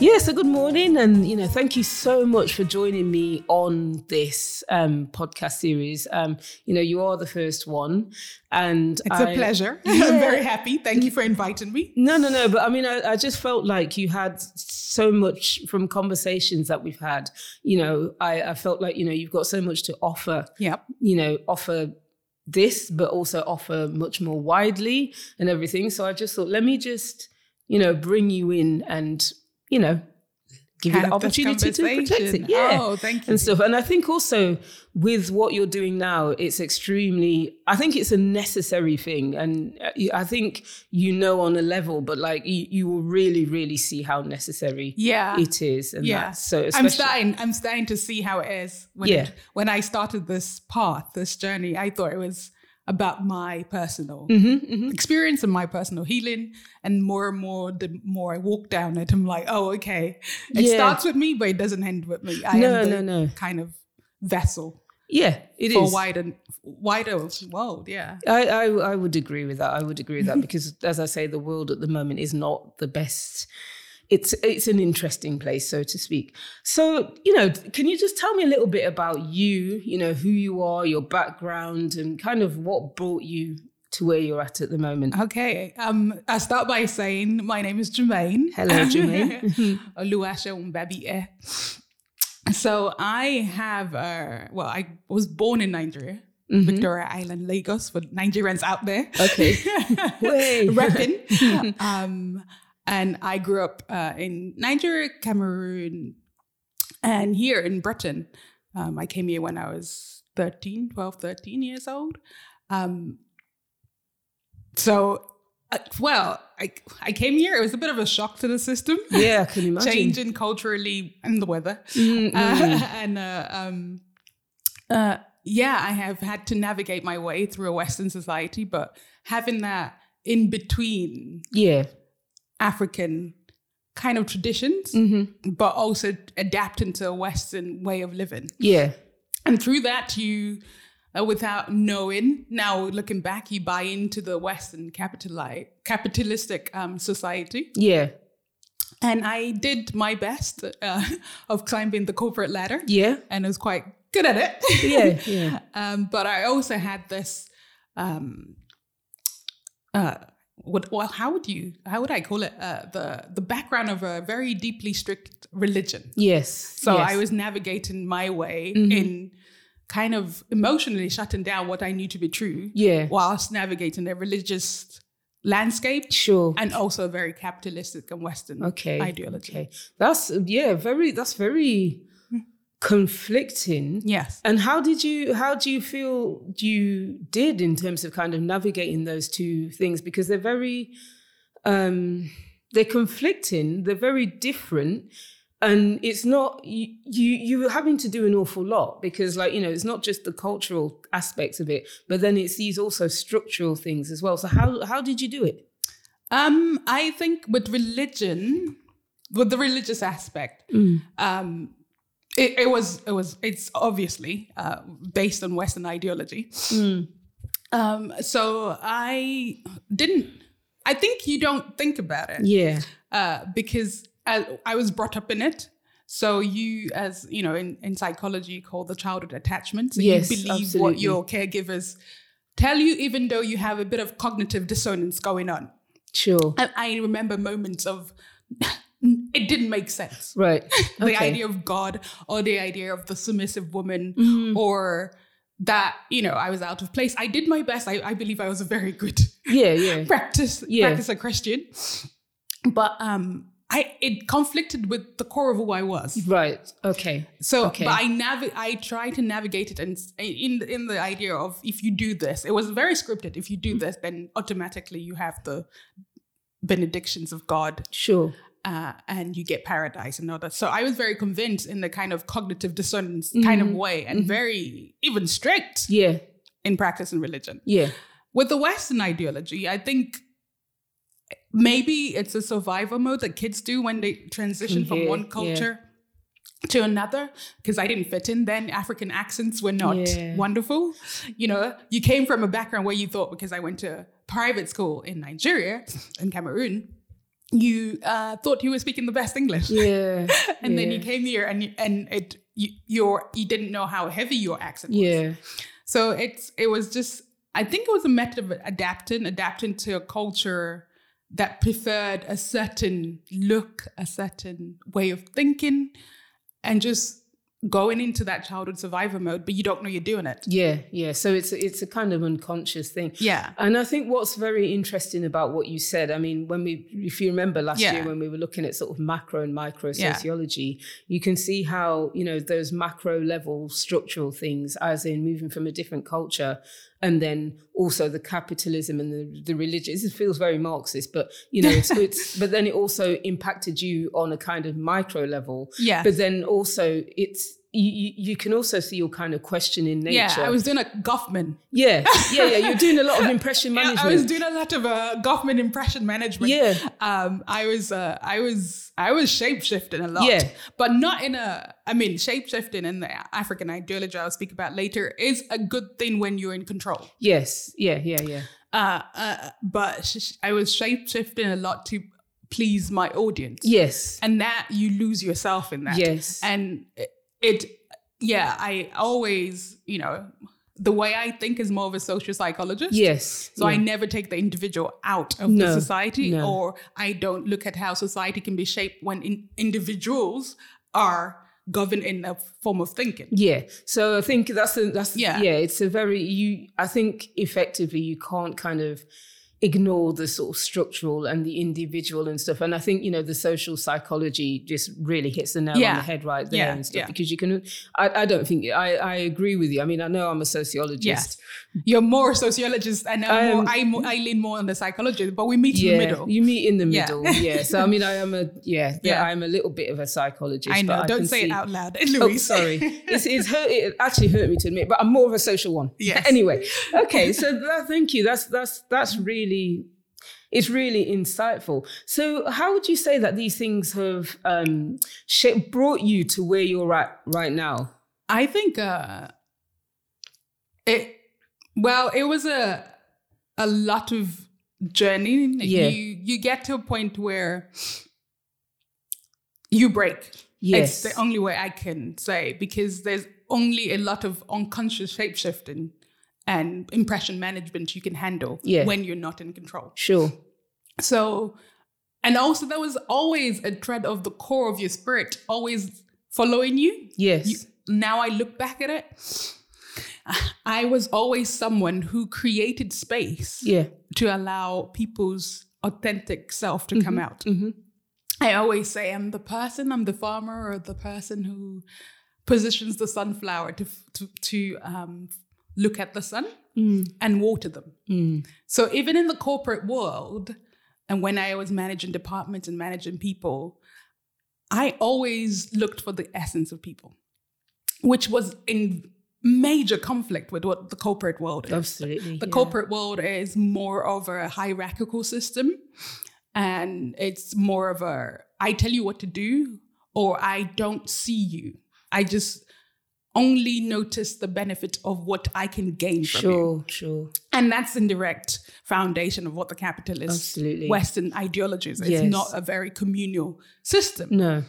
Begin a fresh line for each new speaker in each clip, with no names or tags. Yeah, so good morning, and you know, thank you so much for joining me on this um, podcast series. Um, you know, you are the first one, and
It's
a
a pleasure. I'm very happy. Thank you for inviting me.
No, no, no. But I mean, I, I just felt like you had so much from conversations that we've had. You know, I, I felt like you know you've got so much to offer.
Yep.
You know, offer this, but also offer much more widely and everything. So I just thought, let me just you know bring you in and you know give you
Have
the
this
opportunity to protect
conversation.
it. Yeah
Oh, thank you.
and stuff. And I think also with what you're doing now, it's extremely. I think it's a necessary thing, and uh, I think you know on a level, but like you, you will really, really see how necessary
Yeah.
it is, and
yeah.
that. so
I'm
especially.
starting. I'm starting to see how it is. When
Yeah.
it- when I started this path, this journey, I thought it was about my personal
Mm-hmm,
experience and my personal healing. And more and more, the more I walk down it, I'm like, oh, okay. It
Yeah.
starts with me, but it doesn't end with me. I
No,
am
no,
the
no.
kind of vessel
yeah, it
for
is.
wider wider world. Yeah.
I, I I would agree with that. I would agree with that because, as I say, the world at the moment is not the best. It's it's an interesting place, so to speak. So you know, can you just tell me a little bit about you? You know, who you are, your background, and kind of what brought you to where you're at at the moment.
Okay. Um, I start by saying my name is Jermaine.
Hello, Jermaine.
Oluwaseun Babiye. So I have, uh, well, I was born in Nigeria,
Mm-hmm.
Victoria Island, Lagos, for Nigerians out there.
Okay. Way.
Repping. um, and I grew up uh, in Nigeria, Cameroon, and here in Britain. Um, I came here when I was 13, 12, 13 years old. Um, so, uh, well, I, I came here. It was a bit of a shock to the system
Yeah, I can imagine.
changing culturally and the weather. Uh, and uh, um, uh, yeah, I have had to navigate my way through a Western society, but having that in between
Yeah.
African kind of traditions, but also adapting to a Western way of living.
Yeah.
And through that, you, uh, without knowing, now looking back, you buy into the Western capitali- capitalistic um, society.
Yeah.
And I did my best uh, of climbing the corporate ladder.
Yeah.
And I was quite good at it.
Yeah. Yeah.
um, but I also had this, um, uh, what, well, how would you, how would I call it? Uh, the, the background of a very deeply strict religion.
Yes.
So
yes. Mm-hmm.
I was navigating my way in kind of emotionally shutting down what I knew to be true.
Yeah.
Whilst navigating a religious landscape.
sure.
And also very capitalistic and Western
okay
ideology. Hmm.
okay that's yeah very that's very conflicting
Yes.
and how did you how do you feel you did in terms of kind of navigating those two things because they're very um they're conflicting they're very different and it's not you you you were having to do an awful lot because like you know it's not just the cultural aspects of it but then it's these also structural things as well so how how did you do it
Um, I think with religion, with the religious aspect,
Mm.
um, it, it was it was it's obviously uh, based on Western ideology.
Mm.
Um, so I didn't. I think you don't think about it
yeah
uh, because I, I was brought up in it. So you, as you know, in, in psychology, you call the childhood attachment. So
Yes,
you believe
absolutely.
what your caregivers tell you, even though you have a bit of cognitive dissonance going on.
sure
And I remember moments of it didn't make sense.
right
The idea of God or the idea of the submissive woman
Mm-hmm.
or that, you know, I was out of place. I did my best. I, I believe I was a very good
yeah yeah
practice
Yeah.
practice a Christian. But um I it conflicted with the core of who I was.
Right. Okay.
So
Okay.
but I navi- I try to navigate it and s- in in the idea of if you do this, it was very scripted. If you
Mm-hmm.
do this, then automatically you have the benedictions of God
Sure.
uh, and you get paradise and all that. So I was very convinced in the kind of cognitive dissonance kind of way and very even strict
Yeah.
in practice and religion.
Yeah.
With the Western ideology, I think maybe it's a survival mode that kids do when they transition from
here,
one
yeah.
culture. To another, because I didn't fit in then. African accents were not
Yeah.
wonderful. You know, you came from a background where you thought, because I went to private school in Nigeria and Cameroon, you uh, thought you were speaking the best English,
Yeah.
and then you
yeah,
came here and you, and it you, your you didn't know how heavy your accent was.
Yeah.
So it's it was just I think it was a method of adapting, adapting to a culture that preferred a certain look, a certain way of thinking, and just going into that childhood survivor mode, but you don't know you're doing it.
Yeah. Yeah. So it's it's a kind of unconscious thing.
Yeah.
And I think what's very interesting about what you said, I mean, when we, if you remember last
Yeah.
year when we were looking at sort of macro and micro
Yeah.
sociology, you can see how, you know, those macro level structural things, as in moving from a different culture and then also the capitalism and the, the religious, it feels very Marxist, but, you know, it's, it's, but then it also impacted you on a kind of micro level.
Yeah.
But then also it's, you, you you can also see your kind of questioning nature.
Yeah, I was doing a Goffman.
yeah, yeah, yeah. You're doing a lot of impression
Yeah,
management.
I was doing a lot of uh, Goffman impression management.
Yeah.
um, I was, uh, I was, I was shapeshifting a lot.
Yeah.
but not in a. I mean, shapeshifting in the African ideology I'll speak about later is a good thing when you're in control.
Yes. Yeah. Yeah. Yeah.
Uh, uh, but sh- I was shapeshifting a lot to please my audience,
Yes.
and that you lose yourself in that.
Yes.
and it- it yeah i always you know the way i think is more of a social psychologist
yes.
so I
yeah.
never take the individual out of the
No,
society,
no.
or I don't look at how society can be shaped when in- individuals are governed in a form of thinking.
Yeah. So I think that's a, that's
Yeah.
yeah. yeah. It's a very you. I think effectively you can't kind of ignore the sort of structural and the individual and stuff. And I think you know the social psychology just really hits the nail on
Yeah.
the head right there
Yeah,
and stuff
yeah.
because you can. I, I don't think I I agree with you. I mean I know I'm a sociologist.
Yes, you're more a sociologist, and I'm more,
Um,
I, mo- I lean more on the psychologist, but we meet
Yeah,
in the middle.
you meet in the
Yeah.
middle. Yeah. So I mean, I am a yeah,
Yeah.
yeah. I'm a little bit of a psychologist.
I know.
But
don't
can
say it
see-
out loud,
Oh,
Louise.
sorry. It's, it's hurt, it actually hurt me to admit, but I'm more of a social one.
Yes.
Anyway, okay. So that, thank you. That's that's that's really, it's really insightful. So how would you say that these things have um, sh- brought you to where you're at right now?
I think uh, it. Well, it was a a lot of journey.
Yeah.
You you get to a point where you break.
Yes.
It's the only way I can say because there's only a lot of unconscious shape shifting and impression management you can handle
Yeah.
when you're not in control.
sure.
So, and also there was always a thread of the core of your spirit always following you
Yes.
you- now I look back at it, I was always someone who created space
yeah.
to allow people's authentic self to come out.
mhm.
I always say I'm the person, I'm the farmer, or the person who positions the sunflower to to, to um, look at the sun and water them. So even in the corporate world, and when I was managing departments and managing people, I always looked for the essence of people, which was in major conflict with what the corporate world is.
Absolutely.
The
yeah.
corporate world is more of a hierarchical system, and it's more of a I tell you what to do, or I don't see you. I just only notice the benefit of what I can gain from you.
Sure. Sure.
And that's in direct foundation of what the capitalist
Absolutely.
Western ideologies. It's
Yes.
not a very communal system.
No.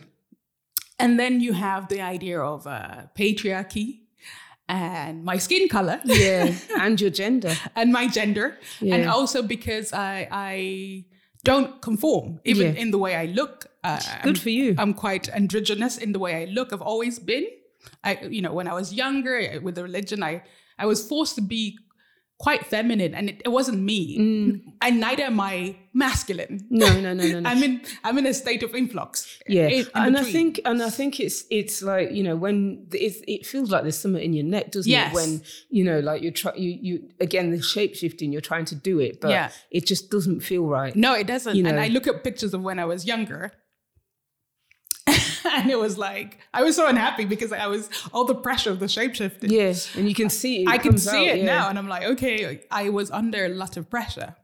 And then you have the idea of uh, patriarchy and my skin color
Yeah. and your gender.
and my gender. And
Yeah.
also because I, I don't conform, even
Yeah.
in the way I look. Uh,
Good for you.
I'm quite androgynous in the way I look. I've always been. I, you know, when I was younger eh, with the religion, I I was forced to be quite feminine, and it, it wasn't me.
Mm.
And neither am I masculine.
no. No. No. No. No.
I'm in I'm in a state of influx.
Mm. yeah
In- in
and i
between.
think and i think it's it's like you know when it, it feels like there's something in your neck doesn't
Yes.
it when you know like you're trying you you again the shape shifting you're trying to do it but
Yeah.
it just doesn't feel right
no, it doesn't.
you
And
know.
I look at pictures of when I was younger. and it was like I was so unhappy because I was all the pressure of the shapeshifting.
yeah and you can see it,
I
it
can
comes
see
out,
it
yeah.
now, and I'm like, okay, I was under a lot of pressure.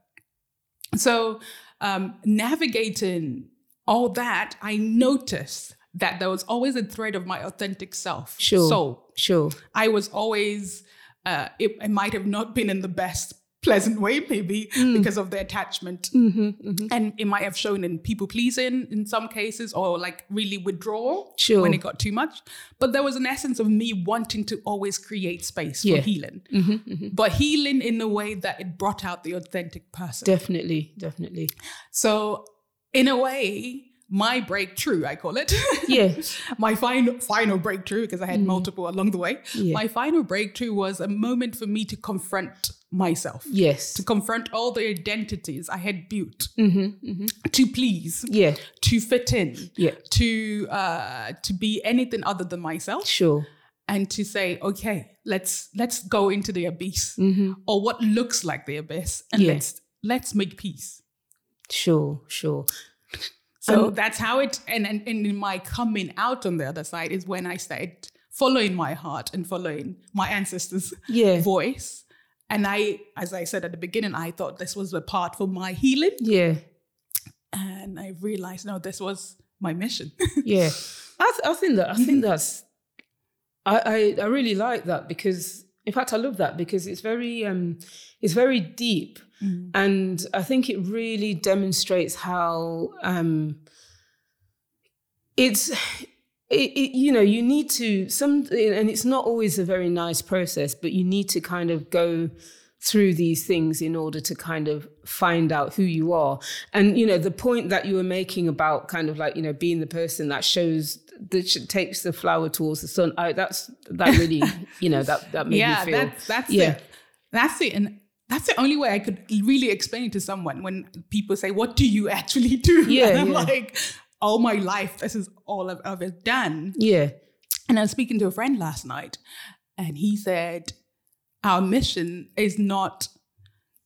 So, um, navigating all that, I noticed that there was always a thread of my authentic self.
Sure.
So
sure
I was always, uh, it, I might have not been in the best pleasant way, maybe
Mm.
because of the attachment.
Mm-hmm,
And it might have shown in people pleasing in some cases or like really withdrawal
Sure.
when it got too much. But there was an essence of me wanting to always create space
Yeah. Mm-hmm,
for healing, but healing in a way that it brought out the authentic person.
Definitely, definitely.
so, in a way, my breakthrough, I call it.
Yeah.
my final final breakthrough because I had multiple along the way.
Mm. Yeah.
My final breakthrough was a moment for me to confront myself,
yes.
to confront all the identities I had built
Mm-hmm, mm-hmm.
to please,
Yeah.
to fit in,
Yeah.
to uh, to be anything other than myself,
Sure.
and to say, okay, let's let's go into the abyss or what looks like the abyss, and
Mm-hmm. Yeah.
let's let's make peace.
Sure. Sure.
So that's how it and, and and in my coming out on the other side is when I started following my heart and following my ancestors'
Yeah.
voice. And I, as I said at the beginning, I thought this was the part for my healing.
Yeah.
And I realized no, this was my mission.
yeah I, th- I think that i think that's I, I i really like that because in fact i love that because it's very um it's very deep
Mm.
and i think it really demonstrates how um it's it, it, you know you need to some and it's not always a very nice process but you need to kind of go through these things in order to kind of find out who you are and you know the point that you were making about kind of like you know being the person that shows that sh- takes the flower towards the sun I, that's that really you know that that made
yeah,
me feel
that's that's
yeah
it. That's it. And that's the only way I could really explain it to someone when people say, What do you actually do?
Yeah,
and I'm
yeah.
like, all my life, this is all I've ever done.
yeah
And I was speaking to a friend last night, and he said, Our mission is not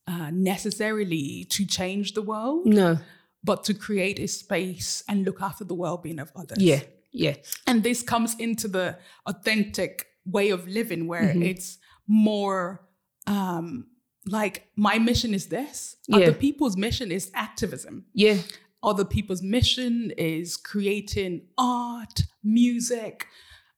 uh, necessarily to change the world,
no
but to create a space and look after the well being of others.
yeah yeah
And this comes into the authentic way of living where
Mm-hmm.
it's more um, like my mission is this,
Yeah.
other people's mission is activism
yeah
other people's mission is creating art, music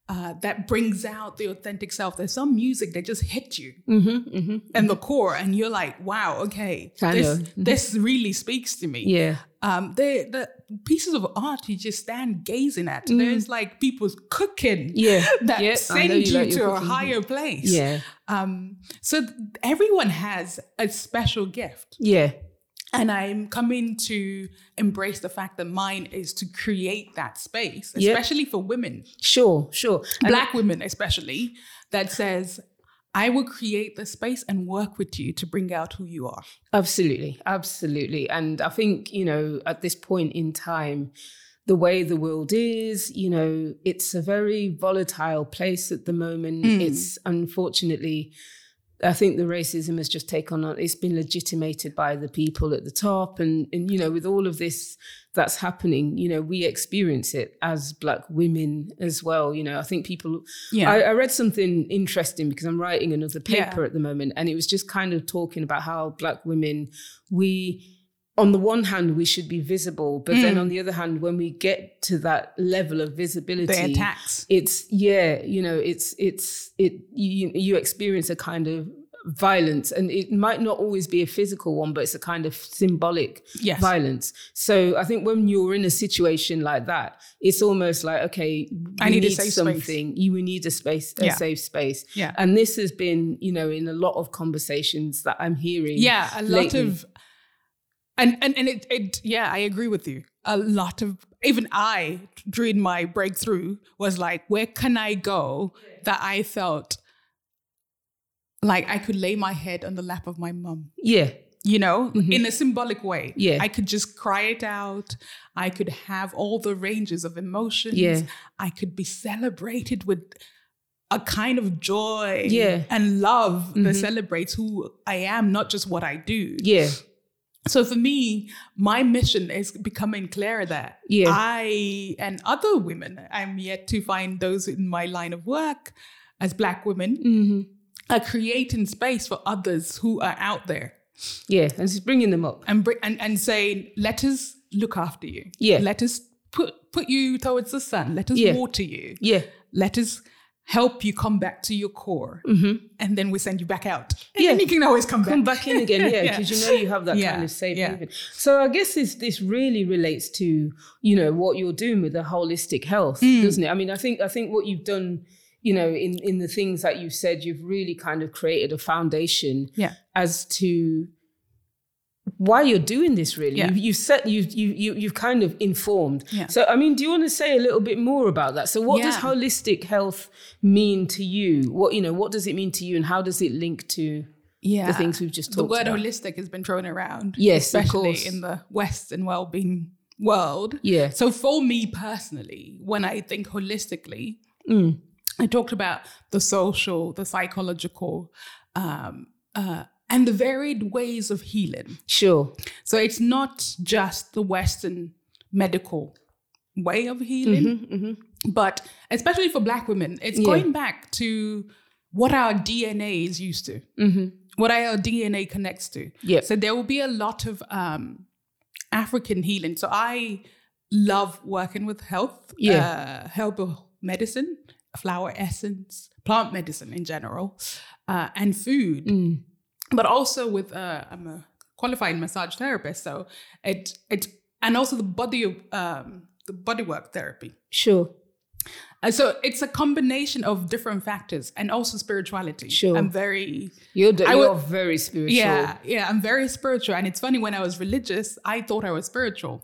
uh, that brings out the authentic self. There's some music that just hits you
mm-hmm, mm-hmm.
and the core, and you're like, wow, okay,
I
this,
know.
this really speaks to me.
yeah
Um, they, the pieces of art you just stand gazing at. There's like people's cooking
Mm-hmm. Yeah.
that
Yeah, I know
send
you
you,
like your
to a
cooking.
higher place.
yeah
Um, so th- everyone has a special gift.
yeah
And I'm coming to embrace the fact that mine is to create that space,
Yeah.
especially for women,
sure sure And-
black women especially, that says, I will create the space and work with you to bring out who you are.
Absolutely, absolutely. And I think, you know, at this point in time, the way the world is, you know, it's a very volatile place at the moment. It's unfortunately, I think the racism has just taken on, it's been legitimated by the people at the top. And, and, you know, with all of this that's happening, you know, we experience it as Black women as well. You know, I think people,
Yeah.
I, I read something interesting because I'm writing another paper
Yeah.
at the moment, and it was just kind of talking about how Black women, we, on the one hand, we should be visible, but
Mm.
then on the other hand, when we get to that level of visibility,
The attacks.
it's yeah you know it's it's it you, you experience a kind of violence and it might not always be a physical one but it's a kind of symbolic
Yes.
violence so i think when you're in a situation like that it's almost like okay we
I need a safe space.
something you we need a space a
Yeah.
safe space
Yeah.
and this has been you know in a lot of conversations that i'm hearing
Yeah, a lot
lately.
of and and and it, it yeah, I agree with you. A lot of even I during my breakthrough was like, where can I go that I felt like I could lay my head on the lap of my mum,
yeah
you know, in a symbolic way.
Mm-hmm. Yeah.
I could just cry it out. I could have all the ranges of emotions.
Yeah.
I could be celebrated with a kind of joy
Yeah. Mm-hmm.
and love that celebrates who I am, not just what I do.
yeah
So for me, my mission is becoming clearer that
Yeah.
I and other women, I'm yet to find those in my line of work as black women,
Mm-hmm.
are creating space for others who are out there
yeah and just bringing them up
and, bring, and, and saying, let us look after you.
Yeah.
Let us put, put you towards the sun. Let us
Yeah.
water you.
yeah
Let us help you come back to your core, and then we send you back out. And
Mm-hmm. Yeah.
then you can always come back.
Come back in again, yeah,
Yeah.
because you know you have that
Yeah,
kind of safe
yeah.
haven. So I guess this this really relates to you know what you're doing with the holistic health,
Mm.
doesn't it? I mean, I think I think what you've done, you know, in in the things that you've said, you've really kind of created a foundation
Yeah.
as to why you're doing this really
Yeah.
you've, you've set you've you, you, you've kind of informed
Yeah.
so i mean do you want to say a little bit more about that so what does
Yeah.
holistic health mean to you what you know what does it mean to you and how does it link to
yeah.
Ah, the things we've just
the
talked
word
about.
holistic has been thrown around.
Yes, of
especially
course.
in the Western well-being world.
Yeah.
So for me personally, when I think holistically,
Mm.
I talked about the social, the psychological, um, uh, and the varied ways of healing.
Sure.
So it's not just the Western medical way of healing, but especially for Black women, it's going back to what our DNA is used to, what our DNA connects to.
Yep.
So there will be a lot of um, African healing. So I love working with health,
Yeah.
uh, herbal medicine, flower essence, plant medicine in general, uh, and food
Mm.
but also with uh, I'm a qualified massage therapist, so it it and also the body of um, the bodywork therapy.
Sure.
And so it's a combination of different factors and also spirituality.
Sure.
I'm very
You're, d-
I
you're
would-
very spiritual.
yeah yeah I'm very spiritual, and it's funny when I was religious, I thought I was spiritual,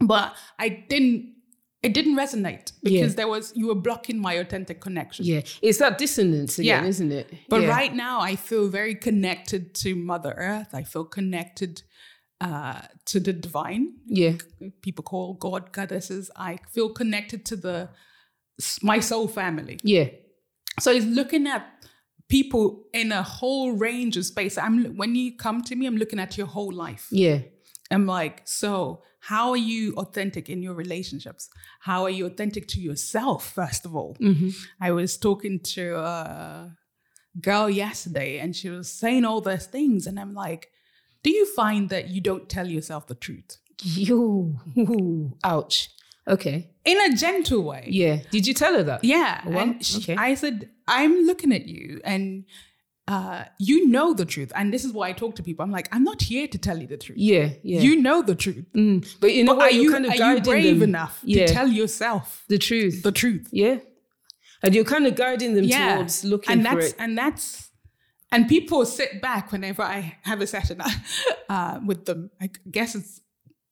but I didn't. It didn't resonate because
Yeah.
there was you were blocking my authentic connection.
Yeah. It's that dissonance again,
Yeah.
isn't it?
But
Yeah.
right now, I feel very connected to Mother Earth. I feel connected uh, to the divine.
Yeah.
People call God goddesses. I feel connected to the my soul family.
Yeah.
So it's looking at people in a whole range of space. I'm when you come to me, I'm looking at your whole life.
Yeah.
I'm like, so how are you authentic in your relationships? How are you authentic to yourself, first of all?
Mm-hmm.
I was talking to a girl yesterday and she was saying all those things. And I'm like, do you find that you don't tell yourself the truth
You. Ooh. Ouch. Okay.
in a gentle way?
Yeah. Did you tell her that?
Yeah.
Well,
and she,
okay.
I said, I'm looking at you and uh, you know the truth. And this is why I talk to people. I'm like, I'm not here to tell you the truth.
Yeah. Yeah.
You know the truth.
Mm. But you know
are
what? You're
you,
kind of
are
guiding
you brave
them.
enough
Yeah.
to tell yourself
the truth.
the truth?
yeah. And you're kind of guiding them towards looking
and
for
that's
it.
and that's and people sit back whenever I have a session uh, with them. I guess it's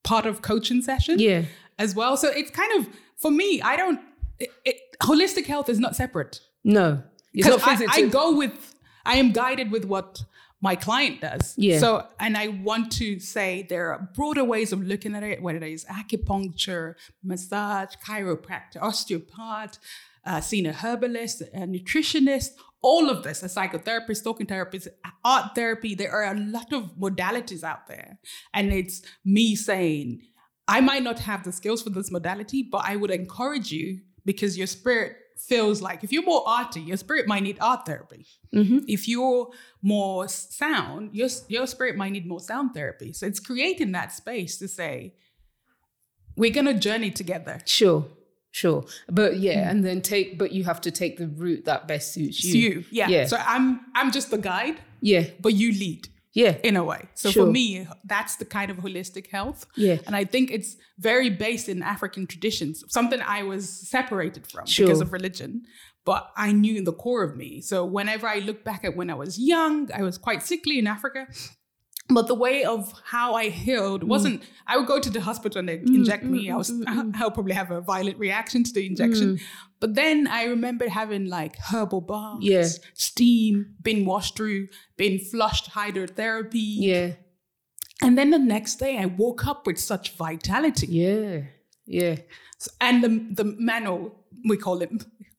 part of coaching session
Yeah.
as well. So it's kind of for me. I don't. It, it, holistic health is not separate
No. It's
because
not
I,
physics.
I go with I am guided with what my client does.
Yeah.
So and I want to say there are broader ways of looking at it, whether it is acupuncture, massage, chiropractor, osteopath, uh, seeing a herbalist, a nutritionist, all of this, a psychotherapist, talking therapist, art therapy. There are a lot of modalities out there. And it's me saying, I might not have the skills for this modality, but I would encourage you because your spirit feels like if you're more arty, your spirit might need art therapy.
Mm-hmm.
If you're more sound, your your spirit might need more sound therapy. So it's creating that space to say, we're gonna journey together.
Sure, sure. But yeah,
Mm.
and then take, but you have to take the route that best suits you.
It's you. Yeah.
Yeah.
So I'm I'm just the guide,
yeah,
but you lead
yeah.
in a way. So
Sure.
for me, that's the kind of holistic health.
Yeah.
And I think it's very based in African traditions, something I was separated from
Sure.
because of religion, but I knew in the core of me. So whenever I look back at when I was young, I was quite sickly in Africa. But the way of how I healed
Mm.
wasn't, I would go to the hospital and they'd inject me. I was,
mm.
I'll probably have a violent reaction to the injection. But then I remember having like herbal baths,
Yeah.
steam, being washed through, being flushed hydrotherapy.
yeah,
And then the next day, I woke up with such vitality.
yeah, yeah,
And the, the manual, we call it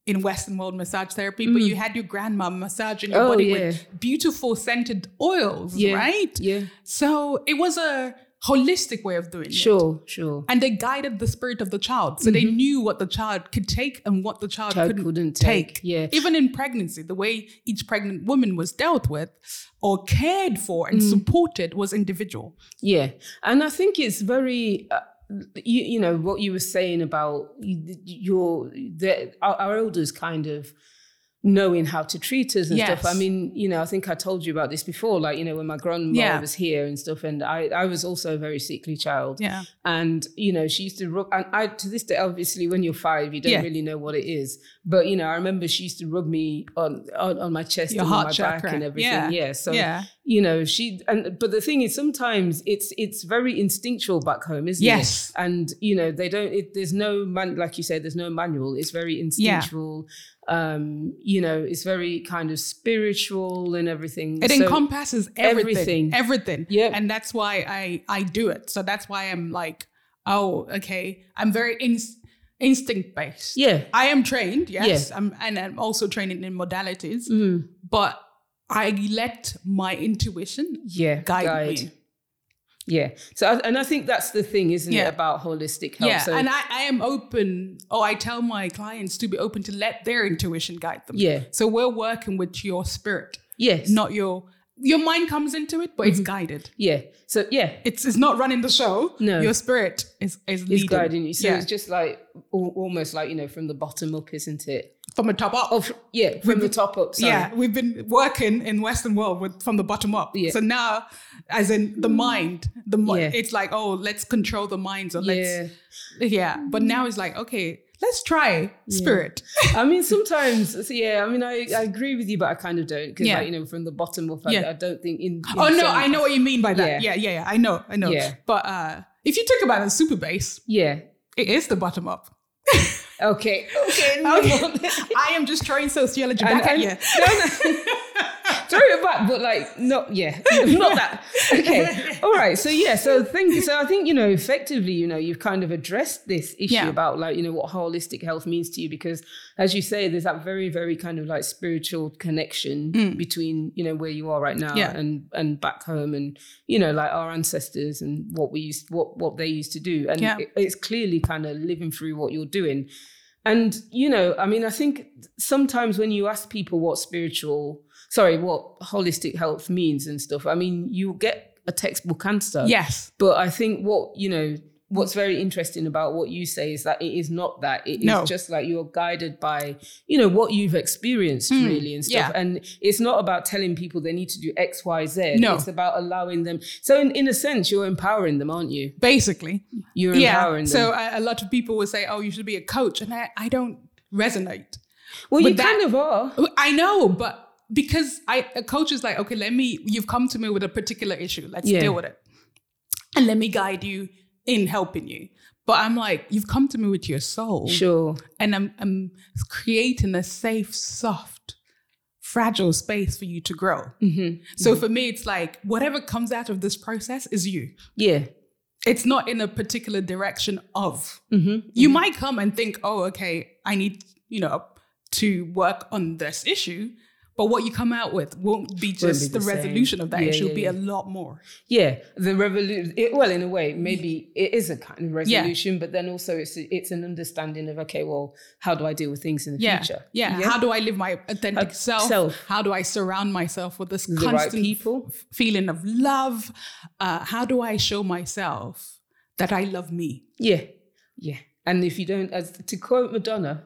in Western world massage therapy, but you had your grandma massaging your
Mm. Oh,
body
yeah.
with beautiful scented oils,
yeah.
right?
Yeah,
So it was a holistic way of doing it.
sure, sure.
And they guided the spirit of the child. So they knew what the child could take and what the child
Mm-hmm. Child
couldn't,
couldn't
take.
take, yeah.
Even in pregnancy, the way each pregnant woman was dealt with or cared for and
Mm.
supported was individual.
Yeah, and I think it's very, uh, you, you know, what you were saying about y- your the, our, our elders kind of knowing how to treat us and stuff.
Yes.
I mean, you know, I think I told you about this before, like, you know, when my grandma
Yeah.
was here and stuff, and I, I was also a very sickly child.
Yeah.
And, you know, she used to rub, and I, to this day, obviously, when you're five, you don't
Yeah.
really know what it is. But, you know, I remember she used to rub me on, on, on my chest
Your
and on
heart
my
chakra.
back and everything.
Yeah.
Yeah. So,
yeah.
you know, she, and, but the thing is, sometimes it's, it's very instinctual back home, isn't it?
Yes.
and you know they don't it, there's no man like you said there's no manual it's very instinctual um you know it's very kind of spiritual and everything
It
So-
encompasses everything. Everything.
everything. Yep.
And that's why I I do it. So that's why I'm like, oh, okay. I'm very ins- instinct based.
yeah
I am trained, yes. I'm, and I'm also trained in modalities,
Mm.
but I let my intuition
yeah
guide, me.
yeah so I- and i think that's the thing isn't
Yeah.
it about holistic health
Yeah.
Oh, so
and I, I am open, or I tell my clients to be open to let their intuition guide them.
Yeah.
So we're working with your spirit,
yes
not your. Your mind comes into it, but
Mm-hmm.
it's guided.
yeah so yeah
It's, it's not running the show.
No.
Your spirit is, is leading.
it's guiding you so
yeah.
it's just like al- almost like you know from the bottom up isn't it
From the top up.
oh fr- yeah from the top up sorry.
Yeah, we've been working in Western world with from the bottom up.
Yeah. Mm.
So now, as in the mind, the mi-
Yeah.
it's like oh, let's control the minds or
yeah
let's yeah. But now it's like okay, let's try spirit.
I mean, sometimes, so yeah. I mean, I, I agree with you, but I kind of don't because,
Yeah.
like, you know, from the bottom up, I,
Yeah.
I don't think. In, in
oh no,
some-
I know what you mean by that. Yeah,
Yeah.
yeah, yeah. I know, I know.
Yeah.
But uh, if you talk about a super base,
Yeah.
it is the bottom up.
Okay. Okay.
Okay. I am just throwing sociology
And-
back at
and-
you.
Throw it back, but like not yeah, not that. Okay, all right. So yeah, so think so. I think you know effectively, you know, you've kind of addressed this issue
Yeah.
about like you know what holistic health means to you because, as you say, there's that very very kind of like spiritual connection between you know where you are right now
Mm. Yeah.
and and back home and you know like our ancestors and what we used what what they used to do and
Yeah.
it- it's clearly kind of living through what you're doing. And you know, I mean, I think sometimes when you ask people what spiritual, sorry, what holistic health means and stuff, I mean, you get a textbook answer.
Yes.
But I think what you know, what's very interesting about what you say is that it is not that. It is
No.
just like you're guided by you know what you've experienced really and stuff.
Hmm. yeah.
And it's not about telling people they need to do X, Y, Z.
No.
It's about allowing them. So in, in a sense, you're empowering them, aren't you?
Basically,
You're empowering them.
So I, a lot of people will say, "Oh, you should be a coach," and I, I don't resonate.
well, you
but that-
kind of are.
I know, but because I a coach is like, okay, let me. You've come to me with a particular issue. Let's
Yeah.
deal with it, and let me guide you in helping you. But I'm like, you've come to me with your soul,
Sure.
and I'm I'm creating a safe, soft, fragile space for you to grow.
Mm-hmm.
So for me, it's like whatever comes out of this process is you.
Yeah.
It's not in a particular direction of.
Mm-hmm.
You might come and think, oh, okay, I need, you know, to work on this issue. But what you come out with won't be just
be
the,
the same.
resolution of that
Yeah,
issue,
yeah,
it'll be
yeah.
a lot more.
Yeah, the revolution. Well, in a way, maybe it is a kind of resolution, but then also it's it's an understanding of okay, well, how do I deal with things in the
Yeah.
future?
yeah. How do I live my authentic
Uh,
self?
self.
How do I surround myself with this
the right
constant
people.
f- feeling of love? Uh, how do I show myself that I love me?
Yeah, yeah. And if you don't, as to quote Madonna,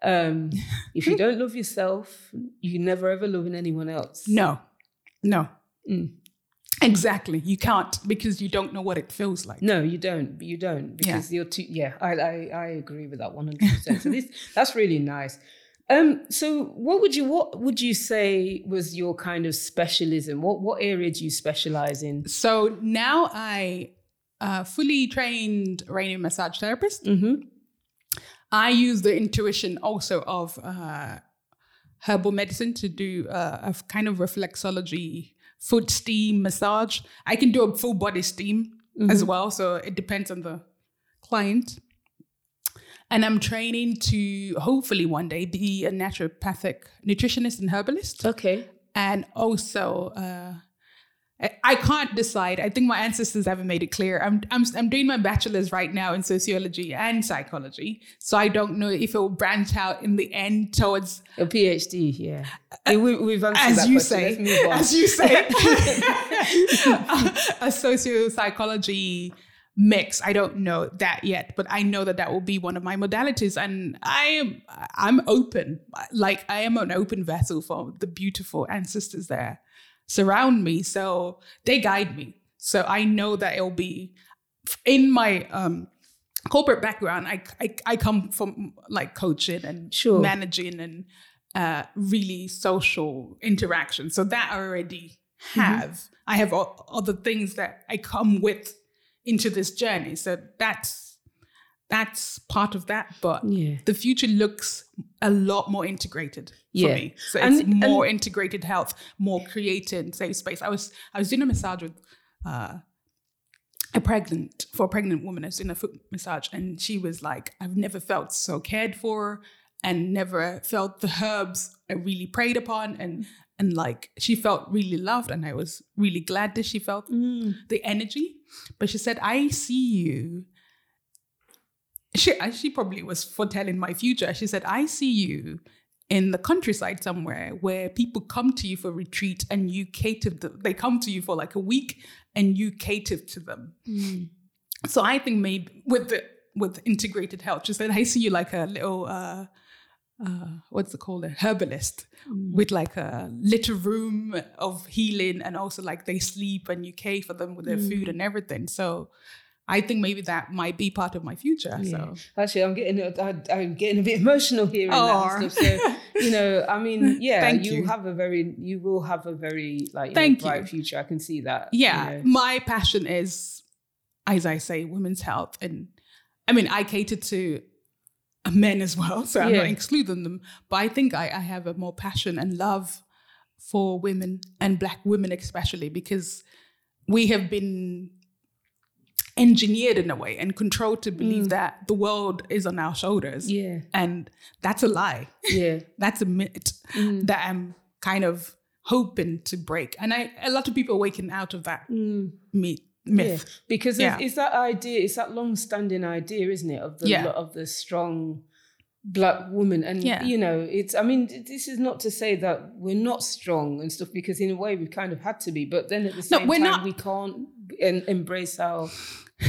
um, if you don't love yourself, you can never ever love anyone else.
No, no.
Mm.
Exactly. You can't because you don't know what it feels like.
No, you don't. You don't because you're too. Yeah, I, I, I agree with that one hundred percent. So this that's really nice. Um, so what would you what would you say was your kind of specialism? What what area do you specialize in?
So now I uh, fully trained Iranian massage therapist.
Mm-hmm.
I use the intuition also of uh, herbal medicine to do uh, a kind of reflexology, foot steam massage. I can do a full body steam as well. So it depends on the client. And I'm training to hopefully one day be a naturopathic nutritionist and herbalist.
Okay.
and also uh, I- I can't decide. I think my ancestors haven't made it clear. I'm, I'm I'm doing my bachelor's right now in sociology and psychology, so I don't know if it will branch out in the end towards
A PhD. Yeah. we, we've answered
Uh, as
that
you
question. Let's
say,
move on.
as you say, a socio psychology mix. I don't know that yet, but I know that that will be one of my modalities, and I am I'm open. Like I am an open vessel for the beautiful ancestors that surround me, so they guide me. So I know that it'll be in my um, corporate background. I, I I come from like coaching and
Sure.
managing and uh, really social interaction. So that I already
Mm-hmm.
have. I have o- other things that I come with into this journey. So that's that's part of that. But
Yeah.
the future looks a lot more integrated
Yeah.
for me. So
And-
it's more integrated health, more creating safe space. I was I was doing a massage with uh, a pregnant for a pregnant woman. I was doing a foot massage, and she was like, "I've never felt so cared for, and never felt the herbs I really preyed upon, and and like she felt really loved, and I was really glad that she felt
Mm.
the energy. But she said, I see you. She, uh, she probably was foretelling my future. She said, I see you in the countryside somewhere where people come to you for retreat and you cater, to, they come to you for like a week and you cater to them. So I think maybe with the, with integrated health, she said, I see you like a little, uh, uh, what's it called? A herbalist with like a little room of healing and also like they sleep and you care for them with their food and everything. So I think maybe that might be part of my future. So
Actually, I'm getting a- I, I'm getting a bit emotional here.
Aw.
And that and stuff. So you know, I mean, yeah,
Oh. Thank
you
you.
have a very, you will have a very like you know,
Thank you.
bright future. I can see that. you
yeah,
know.
my passion is, as I say, women's health. And I mean, I cater to men as well, so I'm
Yeah.
not excluding them. But I think I, I have a more passion and love for women and black women, especially because we have been engineered in a way and controlled to believe that the world is on our shoulders.
Mm. Yeah,
And that's a lie
yeah,
that's a myth
Mm.
that I'm kind of hoping to break. And I a lot of people are waking out of that
Mm.
myth.
yeah.
myth.
Because
Yeah.
It's, it's that idea, it's that long-standing idea, isn't it, of the
Yeah.
of the strong black woman, and
Yeah.
you know, it's. I mean, th- this is not to say that we're not strong and stuff, because in a way we kind of had to be, but then at the
No,
same
we're
time
not-
we can't en- embrace our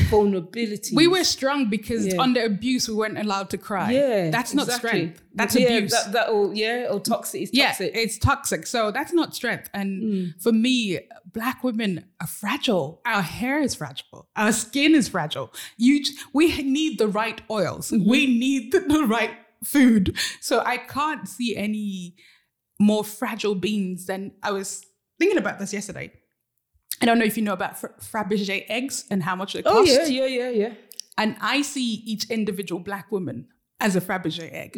vulnerability.
We were strong because
Yeah.
under abuse we weren't allowed to cry.
Yeah,
that's not
exactly.
strength. That's
yeah,
abuse.
That, that all, yeah, or toxic. It's
yeah,
toxic. Mm.
it's toxic. So that's not strength. And for me, black women are fragile. Our hair is fragile. Our skin is fragile. You, j- we need the right oils.
Mm-hmm.
We need the right food. So I can't see any more fragile beings than I was thinking about this yesterday. I don't know if you know about Fra- Fabergé eggs and how much they cost.
oh yeah, yeah, yeah, yeah.
And I see each individual black woman as a Fabergé egg.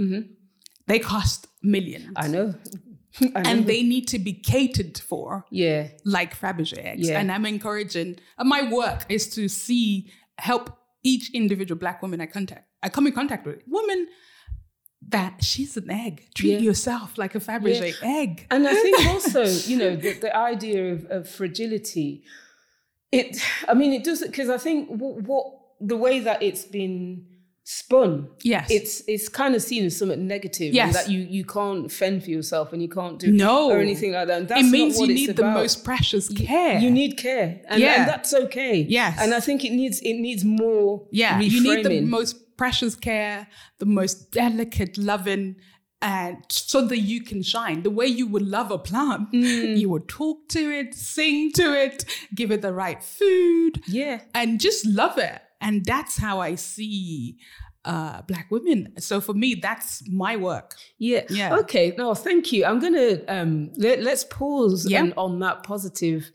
They cost millions
Mm-hmm. I know. I know.
and they need to be catered for
yeah,
like Fabergé eggs.
Yeah.
And I'm encouraging, and my work is to see, help each individual black woman I contact, I come in contact with, woman that she's an egg. Treat
Yeah.
yourself like a Fabergé egg.
and I think also, you know, the, the idea of, of fragility. It, I mean, it doesn't because I think what, what the way that it's been spun,
Yes.
it's it's kind of seen as something negative, and
Yes.
that you you can't fend for yourself and you can't do
No.
or anything like that. And that's
it means
not
you
what
need
it's
the
about.
most precious care.
You need care, and,
Yeah.
and that's okay.
Yes.
and I think it needs it needs more.
yeah, you need the
reframing.
most precious care, the most delicate loving, and so that you can shine. The way you would love a plant,
Mm.
you would talk to it, sing to it, give it the right food,
Yeah,
and just love it. And that's how I see uh, black women. So for me, that's my work.
yeah,
Yeah.
Okay, no, thank you. I'm gonna um let, let's pause
Yeah.
and on that positive.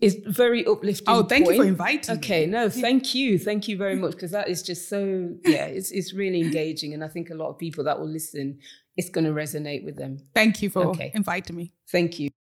It's very uplifting.
Oh, thank you for
point.
inviting me.
Okay, no, thank you, thank you very much because that is just so yeah, it's it's really engaging, and I think a lot of people that will listen, it's going to resonate with them.
Thank you for
Okay.
inviting me.
Thank you.